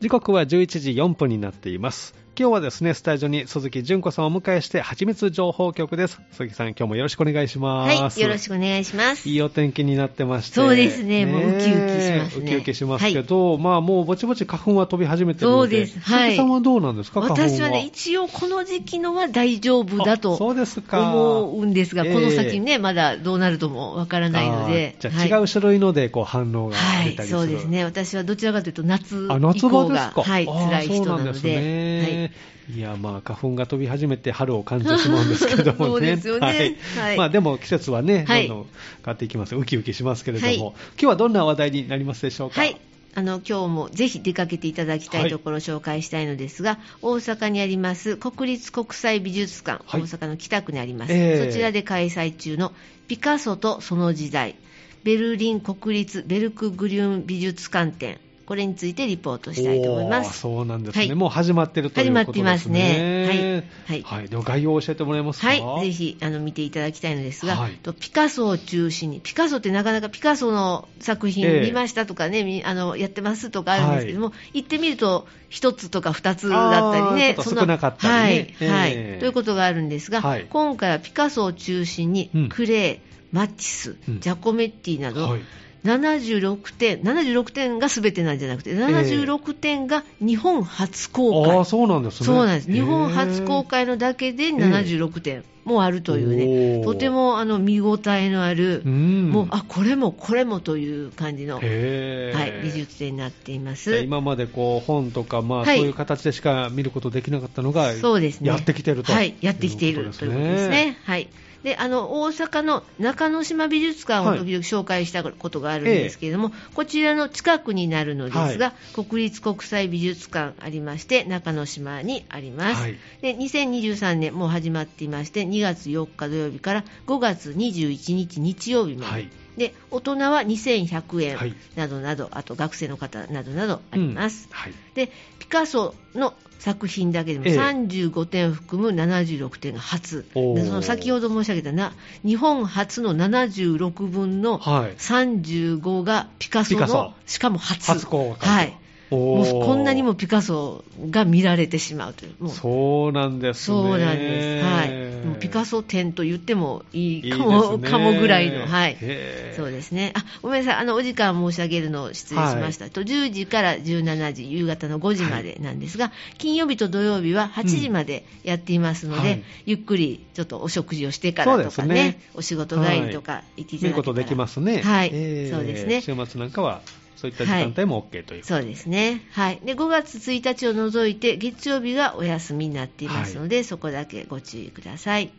時刻は11時4分になっています今日はですねスタジオに鈴木純子さんをお迎えしてはちみつ情報局です鈴木さん今日もよろしくお願いしますはいよろしくお願いしますいいお天気になってましてそうですねもうウキウキしますウねキウキしますけど、まあもうぼちぼち花粉は飛び始めてるのでそうですは鈴い木さんはどうなんですか花粉は私はね一応この時期のは大丈夫だあそとうですか思うんですがええこの先ねまだどうなるともわからないのであーはいじゃあ違う種類のでこう反応がは出いたりする、そうですね私はどちらかというと夏あ夏以場降でがすか、はいあー辛い人なそうのんすでねい、やまあ花粉が飛び始めて春を感じてしまうんですけど そもうねですよねはいまあ、でも季節はね、はいどんどん変わっていきますウキウキしますけれども、はい今日はどんな話題になりますでしょうか、はい、あの今日もぜひ出かけていただきたはいいところを紹介したいのですが、大阪にあります国立国際美術館、はい大阪の北区にあります、ええそちらで開催中のピカソとその時代ベルリン国立ベルクグリューン美術館展これについてリポートしたいと思いまおーす。そうなんですね、はいもう始まってるということですね始まってますねはいはいでは概要を教えてもらえますかはい、ぜひあの見ていただきたいのですが、はいとピカソを中心に、ピカソってなかなかピカソの作ええ品見ましたとかね、みあのやってますとかあるんですけども、行ってみると、一つとか二つだったりねあー、ちょっとそん少なかったりねはいはいええということがあるんですが、はい今回はピカソを中心に、うんクレー、マティス、うんジャコメッティなど、はい76点、76点が全てなんじゃなくて、76点が日本初公開。ああそうなんですねそうなんです。日本初公開開のだけで76点もあるというおね、ーとてもあの見応えのある、んもう、あ、これもこれもという感じの、はい、へー美術展になっていまじゃあす。今までこう本とか、まあはいそういう形でしか見ることできなかったのが、そうですね。やってきてるとはい、やってきているということですね。はい。で、あの、大阪の中之島美術館を時々紹介したことがあるんですけれども、こちらの近くになるのですが、国立国際美術館ありまして、中之島にあります。はいで2023年もう始まっていまして2月4日土曜日から5月21日日曜日まで、はいで大人は2100円はいなどなど、あと学生の方などなどあります、うんはいでピカソの作品だけでもええ35点含む76点が初、おーでその先ほど申し上げたな日本初の76分のはい35がピカソピのカソしかも初初公開はい、もおうーこんなにもピカソが見られてしまうという、もうそうなんですねそうなんです、はい、もうピカソ展と言ってもいいかいもいですねかもぐらいの、はい、へーそうですね、あごめんなさい、あのお時間申し上げるのを失礼しました、と10時から17時、夕方の5時までなんですが、金曜日と土曜日は8時までやっていますので、うんはいゆっくりちょっとお食事をしてからとかそうですね、ねお仕事帰りとか行ってい見ただるけこたとらできますね。はいえーそうですね週末なんかはそういった時間帯も OK ということそうですね、はい、で5月1日を除いて月曜日がお休みになっていますので、そこだけご注意ください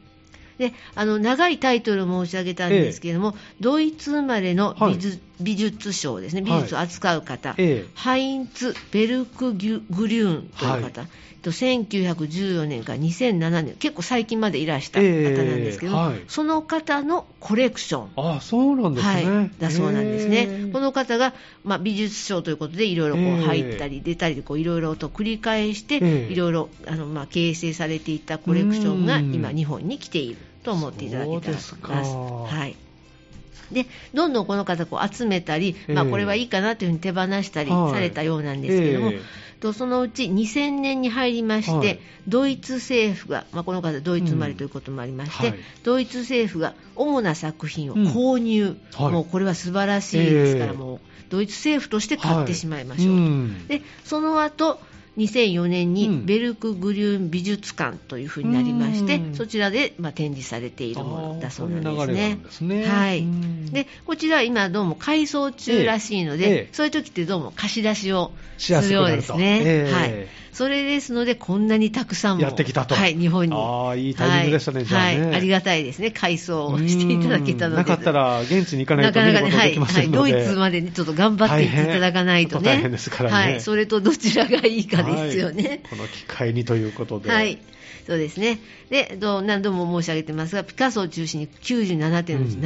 であの長いタイトルを申し上げたんですけれども、ドイツ生まれの美術,、美術賞ですね美術を扱う方、ええハインツ・ベルクギュグリューンという方、と1914年から2007年結構最近までいらした方なんですけども、ええはいその方のコレクションああそうなんですね。はい、だそうなんですねへ、ーこの方が、まあ、美術賞ということで、いろいろこえうー入ったり出たり、こういろいろと繰り返して、ええいろいろあの、まあ、形成されていったコレクションがうん今、日本に来ていると思っていただけたらと思います。そうですかはいでどんどんこの方こう集めたり、まあ、ええこれはいいかなというふうに手放したりはいされたようなんですけども、ええとそのうち2000年に入りまして、はいドイツ政府が、まあ、この方ドイツ生まれということもありまして、うんはいドイツ政府が主な作品を購入、うんはいもうこれは素晴らしいですから、ええもうドイツ政府として買ってしまいましょう、うんでその後2004年うにんベルクグリューン美術館というふうになりまして、うんそちらで、まあ、展示されているものだそうなんですあーそういう流れなねん。ですね。はいうんでこちらは今どうも改装中らしいので、ええええそういう時ってどうも貸し出しをしやすすくるようなるでとすね、ええはい、それですのでこんなにたくさんもやってきたとはい、日本にああいいタイミングでしたねはいじゃあねはい、ありがたいですね改装をしていただけたのでなかったら現地に行かなないとか見なることがかね、はでいきませんはい、のドで、イツまでにちょっと頑張っていっていただかないとね、大変ちょっと大変ですからねはい、それとどちらがいいかからですよね。この機会にということで。はい、そうですね。で、どう何度も申し上げてますが、ピカソを中心に97点のうちうん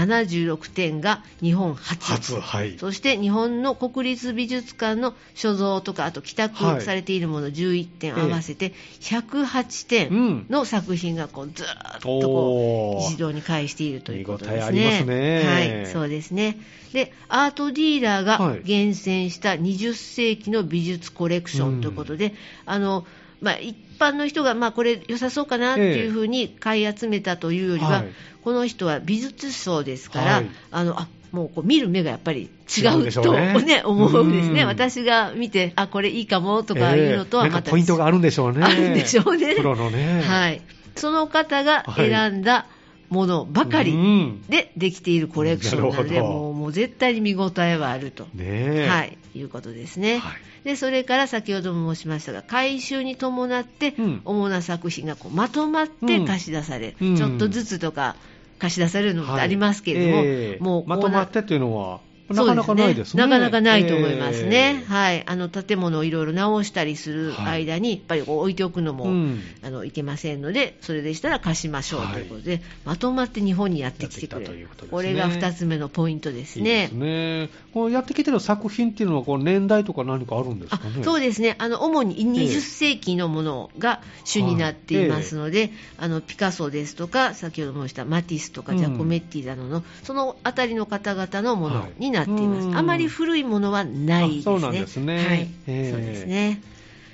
76点が日本初。初、はい。そして日本の国立美術館の所蔵とか、あと帰は宅いされているもの11点ええ合わせて108点ん。の作品がこうずーっとこうおー一堂に会しているということですね。見応えありますねはい、そうですね。で、アートディーラーはがい厳選した20世紀の美術コレクションということで、あの、まあ、一般の人が、まあ、これ良さそうかなっていうふうに買い集めたというよりは、はいこの人は美術賞ですから、はいあの、あもうこう見る目がやっぱり違違ううでしょとうねね思うんですね、うん私が見て、あこれいいかもとかいうのとはええなまんかた、ポイントがあるんでしょうね。あるんでしょうねプロのね。はい、その方が選んだものばかりうんでできているコレクションななので、るほどもうもう絶対に見応えはあると、ねえ。はい、いうことですね、はいでそれから先ほども申しましたが回収に伴ってうん主な作品がこうまとまって貸し出される、うんちょっとずつとか貸し出されるのってはいありますけれども、ええもうこうなまとまってというのは、なかなかないですね。そうなかなかないと思いますね。ええはい。あの、建物をいろいろ直したりする間に、やっぱりこう置いておくのも、うんあの、いけませんので、それでしたら貸しましょうはいということで、まとまって日本にやってきてくやっれてきたといるうことですねこれが2つ目のポイントですいいね。ですね。こうやってきてる作品っていうのは、こう年代とか何かあるんですあかね。そうでですねあの主にええ20世紀のものが主になっていますので、あのピカソですとか先ほど申したマティスとうかんジャコメッティなどの、そのあたりの方々のものになっています、はいあまり古いものはないあですねそうなんですねはいええそうですね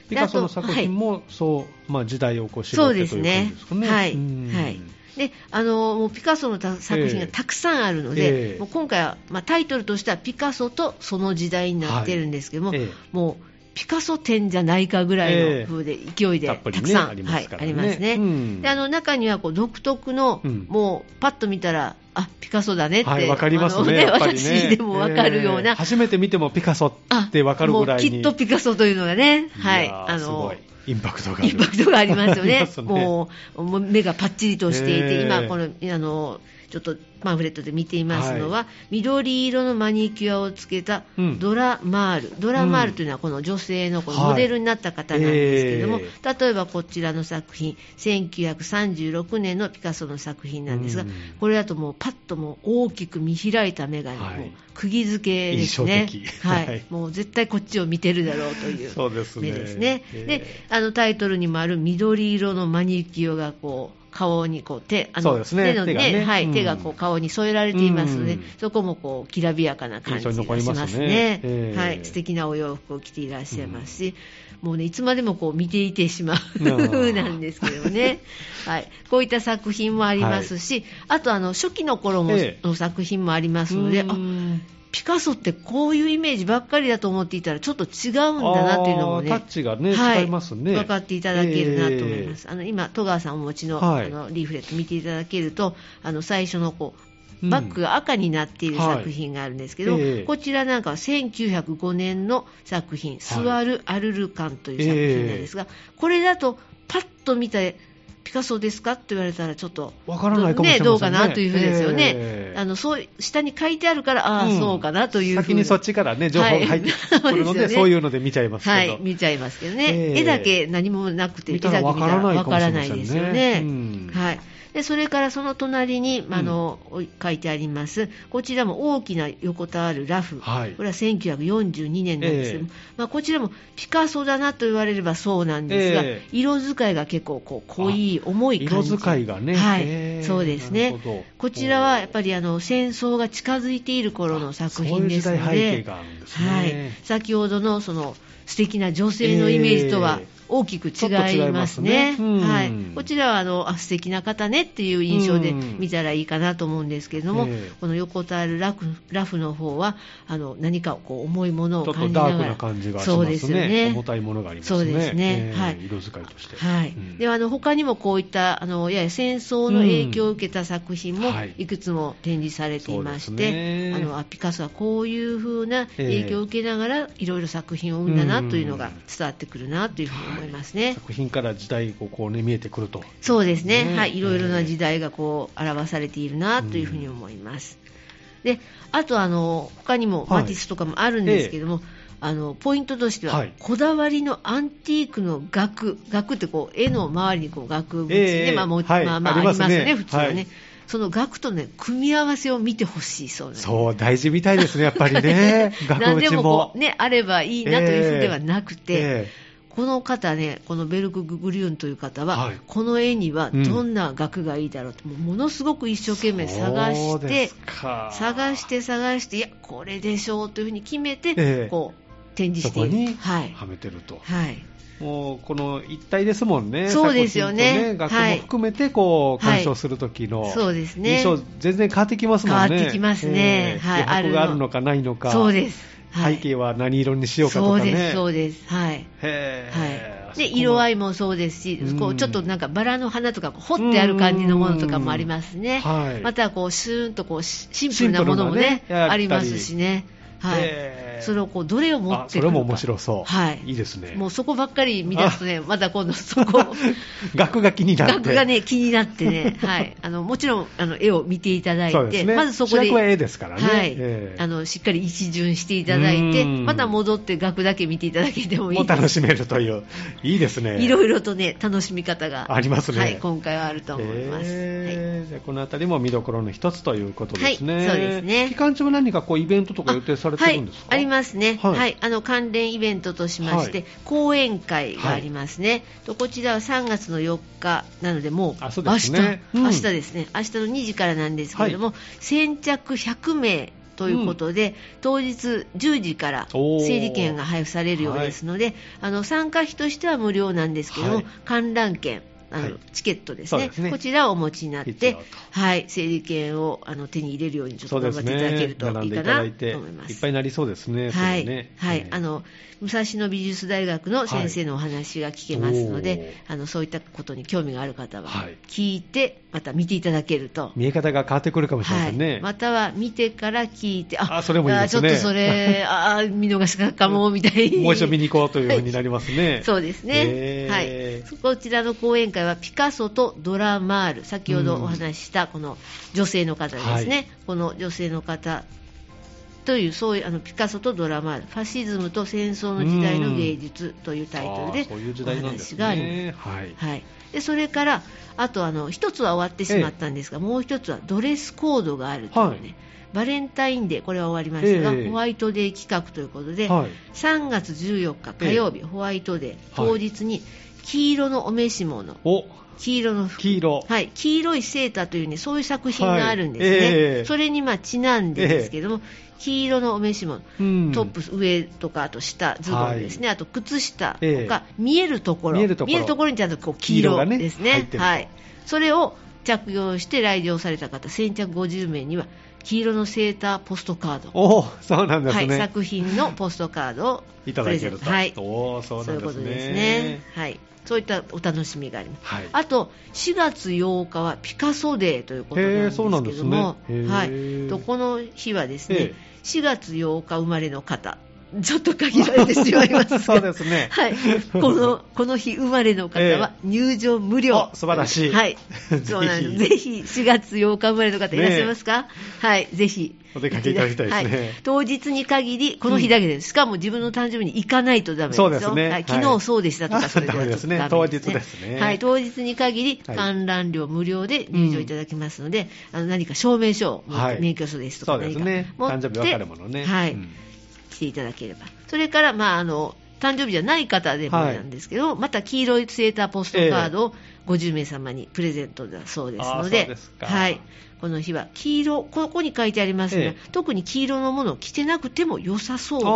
ピカソの作品も、そう、まあ時代をこう調べてという感じですかね。はい、うんはい、であのもうピカソのた作品がたくさんあるのえで、えもう今回は、まあ、タイトルとしてはピカソとその時代になってるんですけども、ええもうピカソ展じゃないかぐらいの風で、勢いでたたっぷりねくさん、ありまはすい、からあねりますね。うんであの中にはこう独特の、うんもうパッと見たら、あピカソだねって、はい、わかりますあのね。やっぱりね私でもわかるようええな、初めて見てもピカソあってわかるぐらいに。もうきっとピカソというのがね、はい、やーあすごのい。インパクトがある。インパクトがあります よありねま、すねもうもう目がパッチリとしていて、ええ今、このあのちょっとパンフレットで見ていますのは、緑色のマニキュアをつけたうんドラマール、ドラマールというのはこの女性のこのモデルになった方なんですけれども、はい例えばこちらの作品、1936年のピカソの作品なんですが、うんこれだともうパッともう大きく見開いた目が、はいもう釘付けですね、印象的はいはいもう絶対こっちを見てるだろうという。そうですね。目ですね。ええで、あのタイトルにもある緑色のマニキュアがこう顔にこう手、あそうのですね手の手がねはい、うん手がこう顔に添えられていますので、うんそこもこうきらびやかな感じがしま印すね。象に残りますねええはい、素敵なお洋服を着ていらっしゃいますし、もうねいつまでもこう見ていてしまううん なんですけどね。はい、こういった作品もありますし、あとあの初期の頃もええの作品もありますので、あうんピカソってこういうイメージばっかりだと思っていたらちょっと違うんだなっていうのもねあータッチがね違いますね分かっていただけるなと思います、あの今戸川さんお持ちの,、はいあのリーフレット見ていただけるとあの最初のこううんバッグが赤になっているはい作品があるんですけど、ええこちらなんかは1905年の作品「スワル・アルルカン」という作品なんですが、これだとパッと見てピカソですかって言われたらちょっとわからないかもしれませんね。ねどうかなというふうですよね、ええあのそう下に書いてあるから、ああ、んそうかなというふう先にそっちからね、情報が入ってくるので、はいそうですよねそういうので見ちゃいますけど。はい、見ちゃいますけどね、ええ絵だけ何もなくて、絵見だたけらわからないわかもしかれらまなせいんねですよね。うんはいでそれからその隣に、まああのおい書いてあります、こちらも大きな横たわるラフ、はいこれは1942年なんですけども、まあ、こちらもピカソだなと言われればそうなんですが、ええ色使いが結構こう濃い、重い感じ色使いがねはいええそうですなねるほど、こちらはやっぱりあの戦争が近づいている頃の作品ですので。そういう時代背景があるんですね。はい、先ほどのその素敵な女性のイメージとはええ大きく違いますちょね。っと違いますねはいうん、こちらはあのあ素敵な方ねっていう印象でうん見たらいいかなと思うんですけれども、ええこの横たわるラフラフの方はあの何かこう重いものをちょっ感とじながダら、ークな感じがしそまうですすよね。ね。重たいものがありますね。そうですねええはい色使いとして。はいうんではあの他にもこういったあのやや戦争の影響を受けた作品もうんはいいくつも展示されていましそうて、ですねあのあピカソはこういう風な影響を受けながらいろいろ作品を生んだなというのが伝わってくるなというふうに思いますね。作品から時代がこうね見えてくると。そうですねねはい、いろいろな時代がこう表されているなというふうに思います。で、あとあの他にもはいマティスとかもあるんですけども、あのポイントとしては、はいこだわりのアンティークの額額ってこう絵の周りにこう額縁ね、ええまあもうはいまあまああありりまますすねね普通はね、はいその額とね組み合わせを見てほしいそうなんですそう、大事みたいですね、やっぱり ね。額何で縁もこもう。ねあればいいなというふうではなくて、えこの方ね、このベルク・グリューンという方は、はいこの絵にはうんどんな額がいいだろうと、もうものすごく一生懸え命探そしうでてす、か探し、て探して、いや、これでしょうというふうに決めて、ええこう展示そしてこいる。にはいはめてると。はいもうこの一体ですもんね、そうですよね作品とねは楽いも含めてこうは鑑い賞する時のそうですね印象、全然変わってきますもんね、変わってきますねはい余白がああるのるのかないのか、そうです、はい、背景は何色にしようかとかそうでね、すそうですはいへーはい、で色合いももそうですし、うんこうちょっとなんかバラの花とかこう彫ってある感じのものとかもありますね、はいまたこうシューンとこうシシンプルなものもシンねプルなねやったりありますしね、はい、それをこうどれを持ってあそくるれかも面白そう、はいいですね、もうそこばっかり見出すとね、また今度そこ、 額が気になって、額がね、気になってね、はい、あのもちろんあの絵を見ていただいそうでて、すね、まずそこ主で役は絵ですからね、はいええあのしっかり一巡していただいて、うんまた戻って額だけ見ていただけてもいもいうです楽しめるという、いいですね。いろいろとね、楽しみ方がありますねはい、今回はあると思います。はいえーじゃあこのあたりも見どころの一つということですね。はいそうですね期間中も何かこうイベントとか予定されてるんですか。はい、ありますね、ははいいあの関連イベントとしまして、はい講演会がありますね、とこちらは3月の4日なので、もうあ明そう日ですねうん明日ですね、明日の2時からなんですけれども、先着100名ということで、当日10時からおー整理券が配布されるようですので、あの参加費としては無料なんですけども、はい観覧券。あのはいチケットですねそうですねこちらをお持ちになっ必要てと、はい、整理券をあの手に入れるようにちょっそとうで頑張すっていただね。並んけるといいでかいたなだいてと思いまいっすぱい。になりそうですね。はい、それねはいえーあの武蔵野美術大学の先生のお話が聞けますので、はいあのそういったことに興味がある方ははい聞いて、また見ていただけると、見え方が変わってくるかもしれまはせんね。い、または見てから聞いて、あそれもいいですねあちょっとそれ、あー見逃したかもみたいに、 もう一度見に行こうというふうになりますね。 そうですね、へーはい、こちらの講演会はピカソとドラマール先ほどお話ししたこの女性の方ですね、はいこの女性の方というそういうあのピカソとドラマールファシズムと戦争の時代の芸術というタイトルあーそういう時でお代なんです話があります。ね。はい。はい、でそれから、あとあの一つは終わってしまったんですが、もう一つはドレスコードがあるというはね、いバレンタインデー、これは終わりましたが、ええホワイトデー企画ということで、はい3月14日火曜日、ホワイトデー当日に黄色のお召し物、お、黄色の服黄色はい、黄色いセーターという、ね、そういう作品があるんですね、はいええそれにまあちなんでですけども、黄色のお召し物、うんトップス上とかあと下ズボンですね、あと靴下とか、ええ見えるところ見えるところにちゃんとこう黄黄色が色ねです入っねてるとはい、それを着用して来場された方先着50名には黄色のセーターポストカード、お、そうなんですはい、ね。作品のポストカードをいただけるプレゼンと。トはい、おー、そうそなういんでうことすですねね。。はい、そういったお楽しみがあります。はい。あと4月8日はピカソデーということなんですけへーそうなんですども、ねへーはい、とこの日はですね、ええ4月8日生まれの方、ちょっと限られてしまいます がそうですねはい、このこの日生まれの方は入場無料、お素晴らしいはい、 ぜひそうなんですぜひ4月8日生まれの方いらっしゃいますか、はい、ぜひ。お出かけいただきたいですねは当日に限り、この日だけです、しかも自分の誕生日に行かないとダメですよ。そうですねはい、は昨い日そうでしたとか、それではちょっとダメダメですね当日ですねはい、当日に限り、はい観覧料無料で入場いただけますので、あの何か証明書を持って、はい免許証ですとそかうで何すかね。持って誕生日わかるものね。はいうん来ていただければ。それから、まあ、あの、誕生日じゃない方でもなんですけど、また黄色いセーターポストカードを50名様にプレゼントだそうですのあーで、そうですかはい。この日は黄色、ここに書いてありますが、ええ特に黄色のものを着てなくても良さそう。あ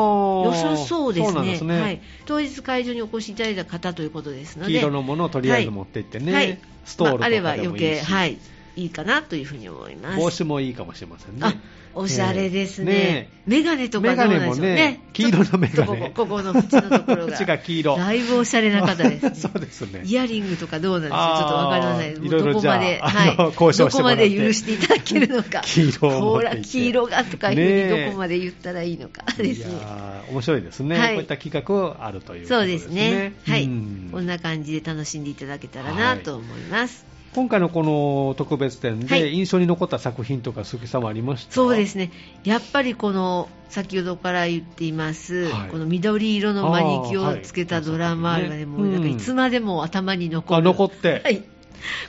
良ーさそうでそすうなんねですねはい。当日会場にお越しいただいた方ということですので、黄色のものをとりあえず持って行ってね。はいストールとまあ、かあでれもばいいし、余計、はい、いいかなというふうに思います。帽子もいいかもしれませんねあ。おしゃれですねね。メガネとかどうなんでメガネもしょうねね。黄色のメガネちょっとここここの縁のと ころが。縁が黄色。だいぶおしゃれな方です、ねそうですねイヤリングとかどうなんでしょう。ちあーょっとわからない。いろいろどこまで、じゃああの交渉してどこもらっまてで許していただけるのか。黄色を持ほっていってら、黄色がとかいうふうにどこまで言ったらいいのかいですね。やー面白いですね、はいこういった企画をあるということそうでですすねね。はい。うんこんな感じで楽しんでいただけたらなと思います。今回のこの特別展はでい印象に残った作品とか鈴木さんはありました。そうですすねやっぱりこの先ほどから言っています、はいこの緑色のマニあキーュはをいつけたドラマあれはね、うんもうなんかいつまでも頭に残ある、残って、はい、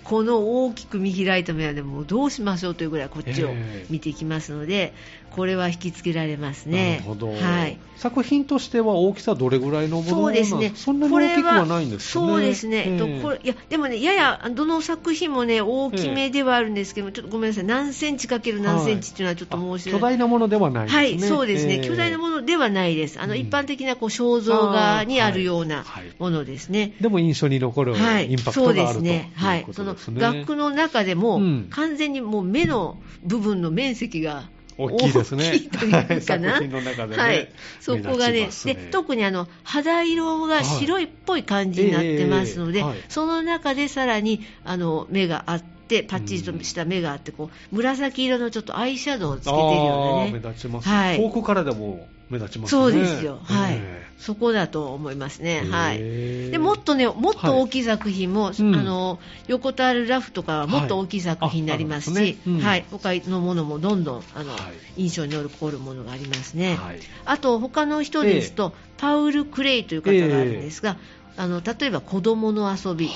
この大きく見開いた目はでもうどうしましょうというぐらいこっちをええ見ていきますので、これは引きつけられますなね。るほど、はい作品としては大きさどれぐらいのものそうですねなんそんなに大きくはないんですよね。そうですね、えっとええこれいやでもね、ややどの作品もね、大きめではあるんですけども、ちょっとごめんなさい、何センチかける何センチっていうのはちょっと申しあ巨訳ない。大なものではないですね。はい、そうですね、ええ巨大なものではないです、あのうん一般的なこう肖像画にあるようあなーはいはいものですね。でも印象に残るはい、インパクそトうでがあるすというね、はいこそとのですね。額の中でも、うん完全にもう目の部分の面積が大きいですね。大きいというかなは作品の中でね。はい、そこが目ね立ちますで特にあの肌色が白いっぽい感じになってますので、はいええええはいその中でさらにあの目があってパッチリとした目があってこう紫色のちょっとアイシャドウをつけてるよあーうなね目立ちます、はい遠くからでも目立ちますね。そうですよ、はいえそこだと思いますえね。はいええでもっとね、もっと大きい作品も、うんあの横たわるラフとかはもっと大きい作品になりますはいああ、るんしですねうんはい、他のものもどんどんあの、はい印象に残るものがありますね。はいあと他の人ですと、パウル・クレイという方があるんですが、あの例えば子供の遊び、はい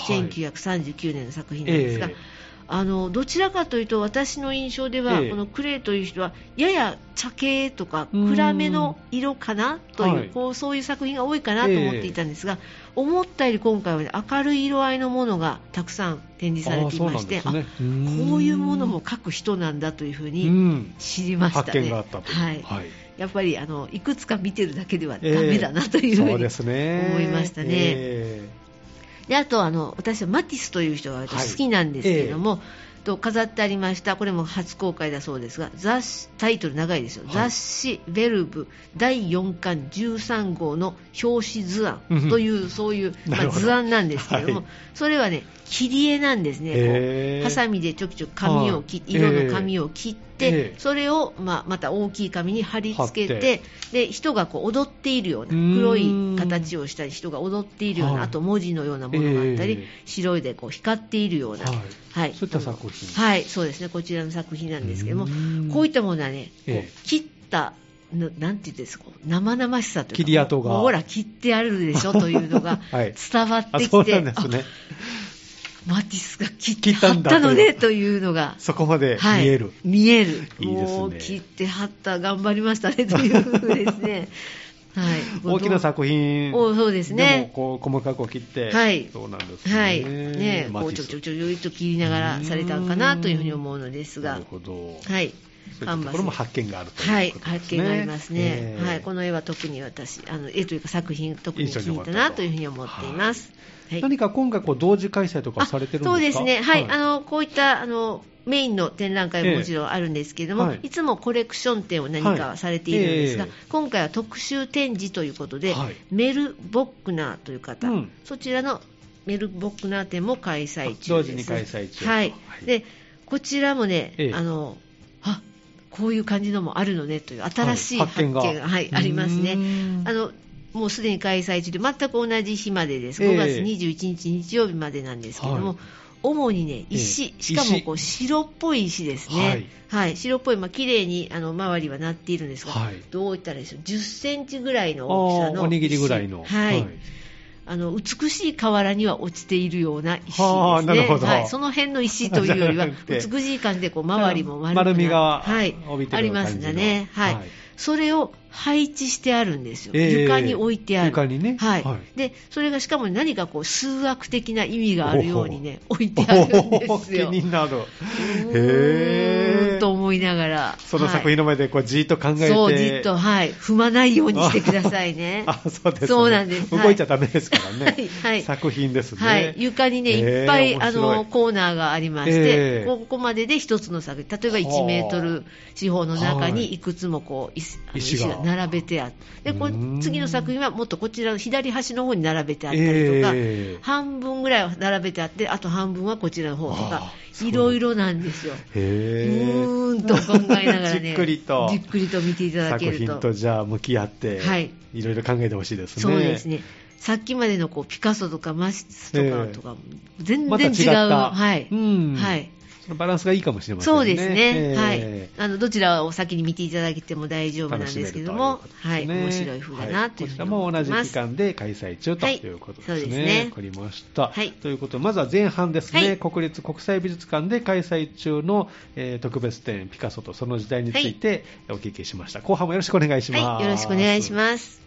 1939年の作品なんですが。ええあのどちらかというと私の印象では、ええこのクレイという人はやや茶系とかうん暗めの色かなという,、はいこうそういう作品が多いかなと思っていたんですが、思ったより今回は、ね、明るい色合いのものがたくさん展示されていましてあーそうなんですねあこういうものも描く人なんだというふううにん知りましたね。発見があったというはいはいやっぱりあのいくつか見てるだけではダええメだなというふうに、そうですね思いましたねえであとあの私はマティスという人が私好きなんですけれども、と飾ってありましたこれも初公開だそうですが雑誌タイトル長いですよ、はい雑誌「ヴェルブ」第4巻13号の表紙図案うんというそういう、まなあ、るほど図案なんですけれども、はいそれはね切り絵なんですね、こうへーハサミでちょくちょく紙を切はい色の紙を切って、ええそれを、まあ、また大きい紙に貼り付け貼ってで人がこう踊っているような黒い形をしたり人が踊っているようはいなあと文字のようなものがあったり、ええ白いでこう光っているような、はいはいそういった作品はい、そうですねこちらの作品なんですけどもうんこういったものはねこうええ切ったななんていうんですかこう生々しさというか切り跡がほら切ってあるでしょというのが はい伝わってあきそうて、なんですねマティスが切っ切てった貼んっだといたうのねというのがそこまではい見える、見えるいいですねもう切って貼った頑張りましたねというですねはい 大きな作品おそうですねでもこう細かく切って、はいそうなんですねはいねこうちょちょょちょちょと切りながらされたんかなというふうに思うのですながるほど、はいそういったところも発見があるとはいいうことで発すね、見がありますね、ええはいこの絵は特に私あの絵というか作品特に印象気にに残入っったたとなというふうに思っています、はい、何か今回こう同時開催とかされてるんですかあそうですね、はいあのこういったあのメインの展覧会ももちろんあるんですけれども、ええはいい、つもコレクション展を何はかいされているんですが、ええ今回は特集展示ということで、はいメル・ボックナーという方、うんそちらのメル・ボックナー展も開催中です。同時に開催中はいはいでこちらもね、ええあのあこういう感じのもあるのねという新しいはい発見が、発は見いがありますねうーんあのもうすでに開催中で全く同じ日までですええ5月21日日曜日までなんですけども、はい主にね石え、えしかもこう白っぽい石ですね、ははいい白っぽい、まあ綺麗にあの周りはなっているんですが、はいどういったらいいでしょう、10センチぐらいの大きさあーの石おにぎりぐらいのはいあの美しい河原には落ちているような石ですね、はあなるほどはい、その辺の石というより はじゃなくて美しい感じでこう周りも丸くな丸みがはい、帯びてあるりようなま感すじのがね、はいはいそれを配置してあるんですよ、ええ床に置いてある床にねはいはでそれがしかも何かこう数学的な意味があるようにね置いてあるんでおーすよ。気になるうへーんと思いながらその作はい品の前でこうじーっと考えて、。そうじっと、はい、踏まないようにしてくださいね あそうです、ね、そうなんですはい動いちゃダメですからね、はいはい作品ですね、はい、床にね、えーいっぱい、面あ白いのコーナーがありまして、えーここまでで一つの作品、例えばはあ1メートル四方の中はいにいくつもこう石あの石石がが並べてあって、でこうーんう次の作品はもっとこちらの左端の方に並べてあったりとか、えー半分ぐらいは並べてあって、あと半分はこちらの方とあかーそう、いろいろなんですよ。うへーーんと考えながら じっね、くりとじっくりと見ていただけ作る品とと。じゃあ向き合って、はいいろいろ考えてほしいですね。そうですね。さっきまでのこうピカソとかマシスとかとか、全また違然っ違う、たはい、うんはい、バランスがいいかもしれませんね。そうですね、ええはい、あのどちらを先に見ていただいても大丈夫なんですけども楽し、はい、めると面う白いことで風だすねなといこうふうちにらも思同いじま期す。間で開催中とはいいうことですそうですね。ねわかりました。はいということで、まずは前半ですね、はい国立国際美術館で開催中の、えー特別展、ピカソとその時代についてお聞きしました。後半もよろしくお願いします。はい、よろしくお願いします。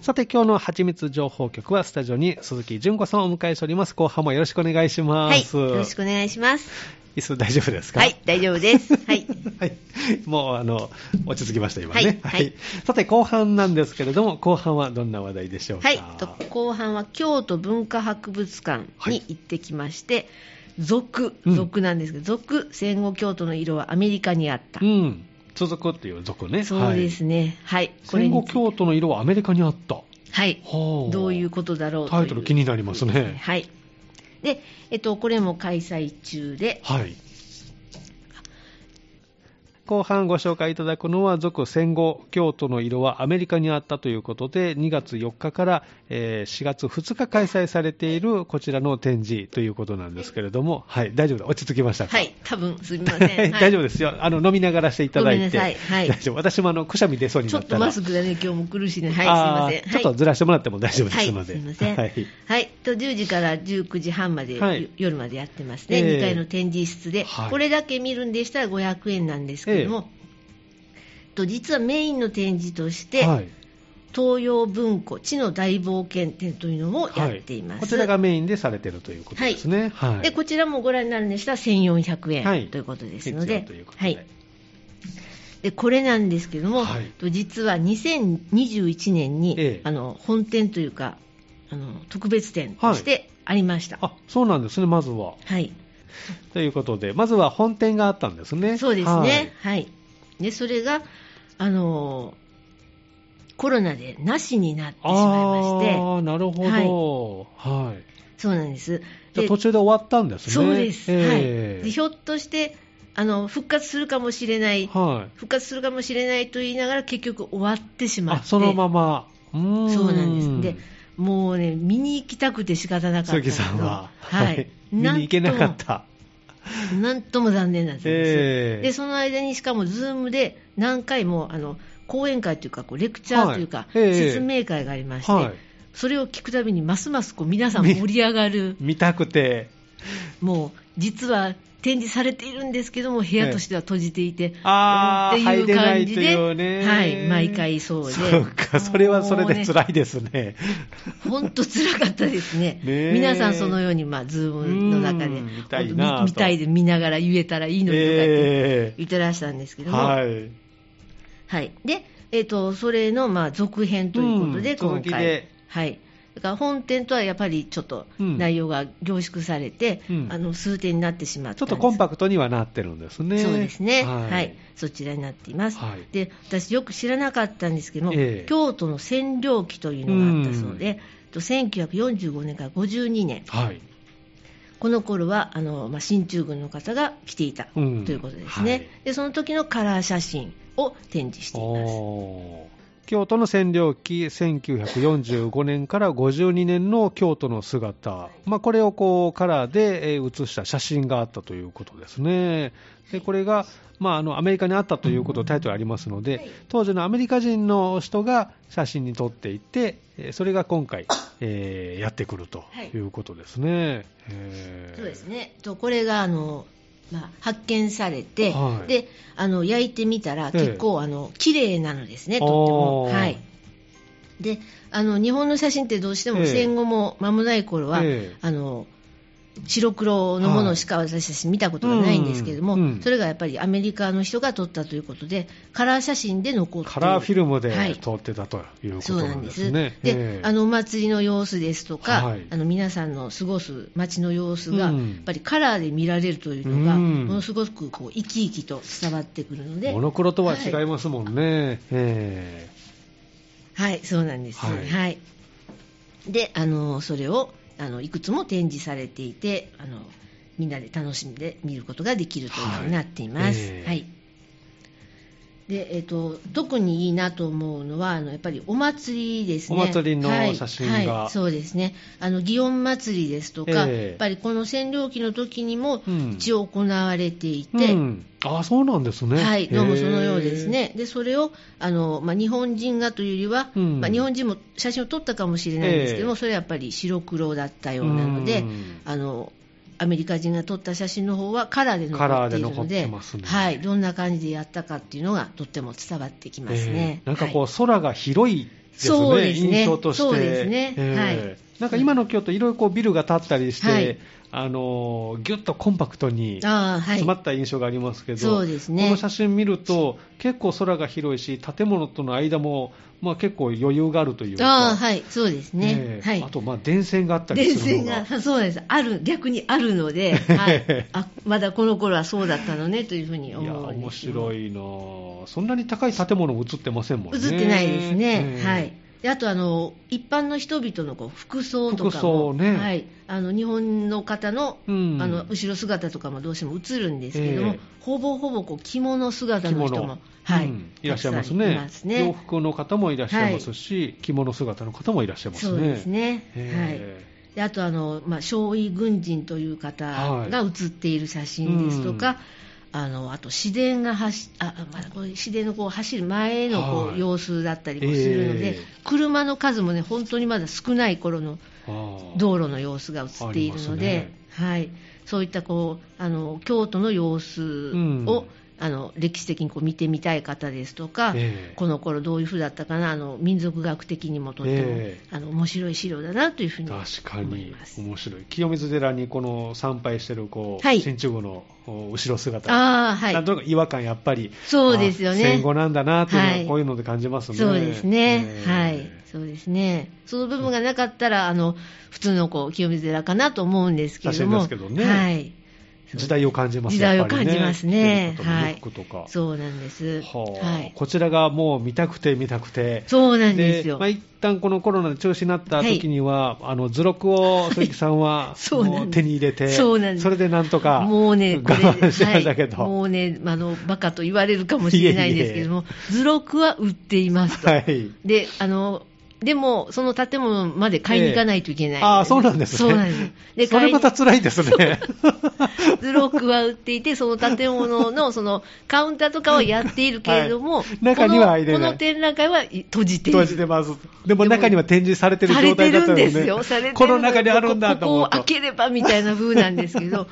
さて、今日の蜂蜜情報局は、スタジオに鈴木純子さんをお迎えしております。後半もよろしくお願いしまはい、す。よろしくお願いします。椅子大丈夫ですかはい、大丈 夫です。はい、はい、もうあの落ち着きました、今ね、はいはいさて、後半なんですけれども、後半はどんな話題でしょうか。はい、と後半は京都文化博物館に行ってきまして、俗、うん俗なんですけど、俗、戦後京都の色はアメリカにあったう。ん、続くっていう続ね、そうですね、ね、はい、こ戦れ後について京都の色はアメリカにあった、はい、はあどういうことだろうというタイトル気になりますねはい。で、えっと、これも開催中で、はい後半ご紹介いただくのは、続戦後、京都の色はアメリカにあったということで、2月4日からえー4月2日開催されているこちらの展示ということなんですけれども、はい、大丈夫だ、落ち着きましたか。はい、多分すみません。 はい大丈夫ですよ。あの、飲みながらしていただいて。ごめんなさいはい大丈夫。私もあの、くしゃみ出そうにちょなっったとら。マスクがね、今日も苦しいね。はい、すみあません。ーちょっとずらしてもらっても大丈夫ではい、すので。すみません。ははいい。、と10時から19時半まで、はいよ夜までやってますね、ええ2階の展示室で、はいこれだけ見るんでしたら500円なんですけども、と実はメインの展示として、はい東洋文庫知の大冒険展というのもやっています。こちらがメインでされてるということですね。はい。でこちらもご覧になるんでしたら1400円、はいということですので必要ということではい、でこれなんですけども、はいと実は2021年に、ええあの本店というかあの特別展としてありました。はいあ、そうなんですね、まずは。ということで、まずは本店があったんですね。そうですはいね、はいでそれがあのコロナでなしになってしまいましてああ、なるほど。はい。そうなんですじゃあで途中で終わったんですね。そうです、えはい、えでひょっとしてあの復活するかもしれないはい。復活するかもしれないと言いながら結局終わってしまっあ、てそのまま。うーそうなんですでもうね見に行きたくて仕方なかった鈴木さんは、はい 見に行けなかった。なんともなんとも残念なんです、ええでその間にしかもズームで何回もあの講演会というかこうレクチャーというか、はいええ説明会がありまして、はい。それを聞くたびにますますこう皆さん盛り上がる見たくて。もう実は展示されているんですけども部屋としては閉じていて、ああ、って入いれうな感いとじで、いうね。はい、毎回そうで、そうか、それはそれでい。辛いですね。本当辛かったですね ねえ皆さんそのように、まあ、ズームの中で、うん見たいなと本当見見たいで見ながら言えたらいいのにとかってえ言ってらしたんですけえども、はい、はい。で、えっ、と、それの、まあ、続編ということで、うん今続き回。ではい。だから本店とはやっぱりちょっとうん内容が凝縮されて、うんあの数点になってしまったんちょでっすとコンパクトにはなってるんですね。そうですね、ははいい、そちらになっています。はいで、私よく知らなかったんですけども、ええ京都の占領期というのがあったそうで、と1945年から52年、はい。この頃はあのまあ進駐軍の方が来ていたとうんいうことですね。はいで、その時のカラー写真を展示しています。おー京都の占領期、1945年から52年の京都の姿、まあ、これをこうカラーでえー写した写真があったということですね。でこれが、まあ、あのアメリカにあったということ、タイトルありますので、当時のアメリカ人の人が写真に撮っていって、えーそれが今回、えーやってくるということですね。へーそうですね。とこれがあの。まあ、発見されて、はいであの焼いてみたらええ結構、あの綺麗なのですね、とっても。おーはい、であの日本の写真ってどうしてえもえ戦後も間もない頃は、ええあの白黒のものしか私たち見たことがないんですけれども、うんうんそれがやっぱりアメリカの人が撮ったということでカラー写真で残っているカラーフィルムではい撮ってたというこそとうななんんでですす。ね。でえ、えあのお祭りの様子ですとか、はいあの皆さんの過ごす街の様子が、うんやっぱりカラーで見られるというのが、うんものすごくこう生き生きと伝わってくるのでモ、ノクロとは違いますもんね。えはい、そうなんです。ははいい。で、あのそれをあのいくつも展示されていて、あのみんなで楽しんで見ることができるというふうになっています。はいはい。ええでえっと特にいいなと思うのはあのやっぱりお祭りですねお祭りの写真がはいはいそうですねあの祇園祭りですとか、ええやっぱりこの占領期の時にもうん一応行われていて、うん、ああ、そうなんですね。はい、どうもそのようへえです。ね、でそれをあの、まあ、日本人がというよりは、うんまあ、日本人も写真を撮ったかもしれないんですけども、ええそれはやっぱり白黒だったようなので、うんあのアメリカ人が撮った写真の方はカラーでカ残ラーっでているの残っでてますねはい、どんな感じでやったかっていうのがとっても伝わってきますね。えーなんかはこ、いう空が広いですね、そうですね印象として。そうですねはいなんか今の京都、いろいろこうビルが建ったりして、はいあのーぎゅっとコンパクトにあーはい詰まった印象がありますけど、そうですねこの写真見ると、結構空が広いし、建物との間も、まあ、結構余裕があるというか、あーはい、そうですねえ、ーはいあ、と、まあ、電線があったり電する線のがが。そうですある逆にある ので、はい、あまだこの頃はそうだったのねというふういにや思うん面ですよ白いなぁそんなに高い建物も映ってませんもんね映ってないですね、ええはい、であとあの一般の人々のこう服装とかも服装ねはい、あの日本の方の,、うんあの後ろ姿とかもどうしても映るんですけども、ええほぼほぼこう着物姿の人も、はいうんいらっしゃいますたくさんねいますね洋服の方もいらっしゃいますし、着物姿の方もいらっしゃいますね。そうですね、はい、へであとあの、まあ、少尉軍人という方はいが写っている写真ですとか、うんあのあと市電が走あ、あまあ、こういう市電のこう走る前のこはうい様子だったりもするので、ええ車の数もね本当にまだ少ない頃のーあー道路の様子が写っているので、ありはい、そういったこうあの京都の様子を、んあの歴史的にこう見てみたい方ですとか、ええこの頃どういうふうだったかなあの民族学的にもとっても、ええあの面白い資料だなというふうに確か思いにます。面白い清水寺にこの参拝してるこう、はい新中部のお後ろ姿、ああはいなんとなく違和感やっぱりそうですよねあ戦後なんだなっていうのははいこういうので感じますね。そうですね、えーはい、そうですね、その部分がなかったら、あの普通のこう清水寺かなと思うんですけれども、写真ですけどねはい、時代を感じます時代やをっぱり感じますね、着てるはいことも服とか、そうなんです、はあはい、こちらがもう見たくて見たくて。そうなんですよ、まあ、一旦このコロナで中止になった時には、あの図録を鈴木さんは そうなんですもう手に入れて、そうなんですれでなんとかもうね、こ我れ慢してましたけど、はい、もうね、あのバカと言われるかもしれないんですけども、図録は売っていますと、はいであのでも、その建物まで買いに行かないといけない、ええああそうなんですねそうなんですでそ買れいにまた辛いですね。ズロックは売っ ていて、その建物のそのカウンターとかはやっているけれども、はい中には入れないこのこの展覧会は閉じている。閉じてます。でも中には展示されてるさ状れて態だったるのんで、ですよ、されてるこの中にあるんだと思こうここをと。開ければみたいな風なんです けど、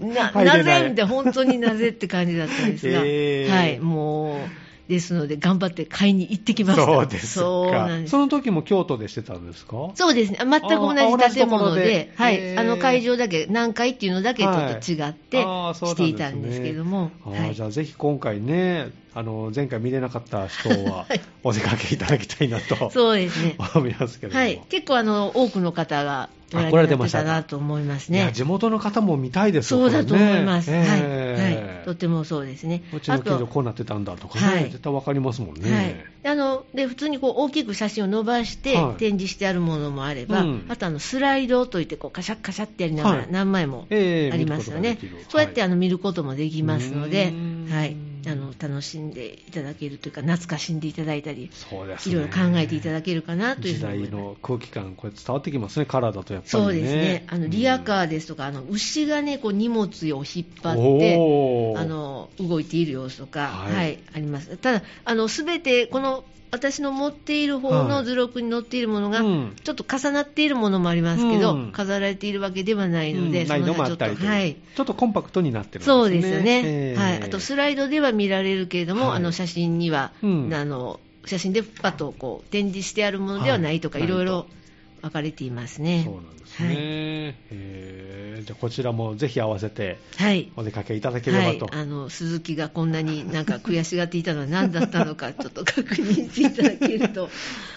な入れなないぜみたいな、本当になぜって感じだったんです が、えーはい、もう、ですので、頑張って買いに行ってきました。そうですかそうなんですその時も京都でしてたんですかそうですね、全く同じ建物で、ああ同はじところでへい、ーあの会場だけ、何回っていうのだけちょっと違ってはいあーそうなしんですねていたんですけども、あはーいじゃあぜひ今回ね、あの前回見れなかった人はお出かけいただきたいなとそうですね、思いますけれども、はい、結構あの多くの方がご覧あに来らなれっててましたたなと思いますいねや。地元の方も見たいですよそうだことれね思います、はいえはえい、とてもそうですね。うちの近所はこうなってたんだとかね、はい絶対わかりますもんね。い、であので普通にこう大きく写真を伸ばしてはい展示してあるものもあれば、うんあとあのスライドといってこうカシャッカシャッってやりながら、はい何枚もええありますよ見ねることができる、そうやってはいあの見ることもできますのうーでん、はい、あの楽しんでいただけるというか、懐かしんでいただいたり、そうですいねろいろ考えていただけるかなという時ふうに思代います。の空気感、これ伝わってきますね、カラーだとやっぱりね。そうですね、あのリアカーですとか、あの牛がね、こう荷物を引っ張って。おーあの動いている様子とか、ははいいありますただあの全てこの私の持っている方はいの図録に載っているものが、うんちょっと重なっているものもありますけど、うん飾られているわけではないので、うんそないののもあ辺ちょっったとりと、はいちょっとコンパクトになってるんですね。そうですよね、ええはい、あとスライドでは見られるけれども、はいあの写真には、うんあの写真でパッとこう展示してあるものではないとか、はいい、ろいないろと分かれていますね。そうなんですね。えーじゃあこちらもぜひ合わせてはい、はいお出かけいただけはれいばと。、あの鈴木がこんなになんか悔しがっていたのは何だったの か、ちょっと確認していただけると、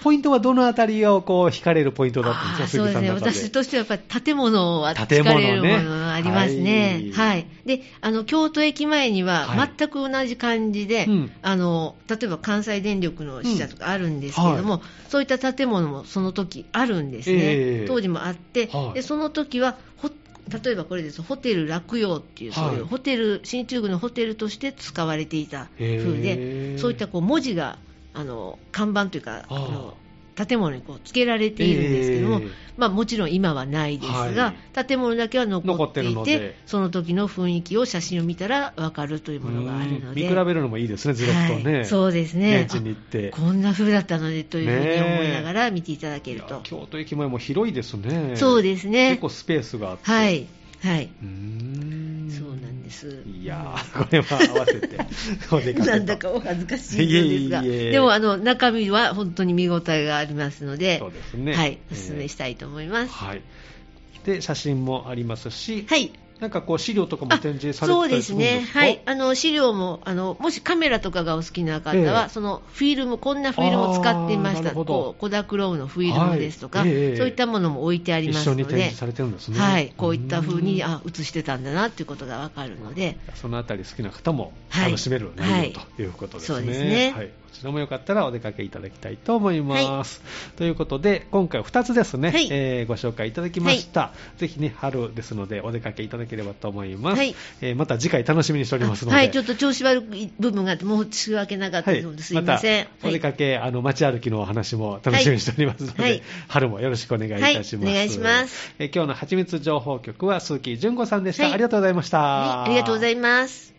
ポイントはどのあたりをこう惹かれるポイントだったんあでーすそか、う鈴木でさんすね、の中で私。としてはやっぱり建物は建疲物ねれるものがありますね、ははいいであの京都駅前にははい全く同じ感じで、うんあの例えば関西電力の支社とかあるんですけれども、うんはそういった建物もその時あるんですね、ええ当時もあって、はいでその時はほ例えばこれですホテル落葉っていう、そういはいうホテル新中宮のホテルとして使われていたへー風でそういったこう文字があの看板というかああーの建物にこう付けられているんですけども、えーまあ、もちろん今はないですが、建物だけは残っ残ってているのてでその時の雰囲気を写真を見たら分かるというものがあるのでうん見比べるのもいいですね、ずらっとね、はい、そうですね現地に行ってあ。こんな風だったのでというふうに思いながら見ていただけいるとや、京都駅前も広いですね。そうですね結構スペースがあって。はういはい、ーん。そうなんですいやー、これは合わせて、お出かけと なんだかお恥ずかしいんですが、いえいえいえでもあの中身は本当に見応えがありますのでそうですね。はい、お勧めしたたいと思います。はい。で、写真もありますし、はい、なんかこう資料とかもあ展示されそてうたでりすするんですかね、はい、あの資料もあの、もしカメラとかがお好きな方は、ええそのフィルム、こんなフィルムを使っていましあーなた、るほどこうコダクロームのフィルムですとか、はいええそういったものも置いてあり一ます緒のに展で示、されてるんですね。はい、こういった風にうんあ映してたんだなということがわかるので、そのあたり好きな方もはい楽しめる内容、はいということですねそうですねはい、こちらもよかったらお出かけいただきたいと思います、ということで今回は2つですね、はいえーご紹介いただきました、ぜひね春ですのでお出かけいただければと思います、はいえーまた次回楽しみにしておりますので、はい、ちょっと調子悪い部分があって、もう仕分けなかったはいのです、すいません。たお出かけ、あの街歩きのお話も楽しみにしておりますので、はいはい春もよろしくお願いいたします。はいお願いしますえー今日の蜂蜜情報局は鈴木純子さんでした、はいありがとうございました。はい、ありがとうございます。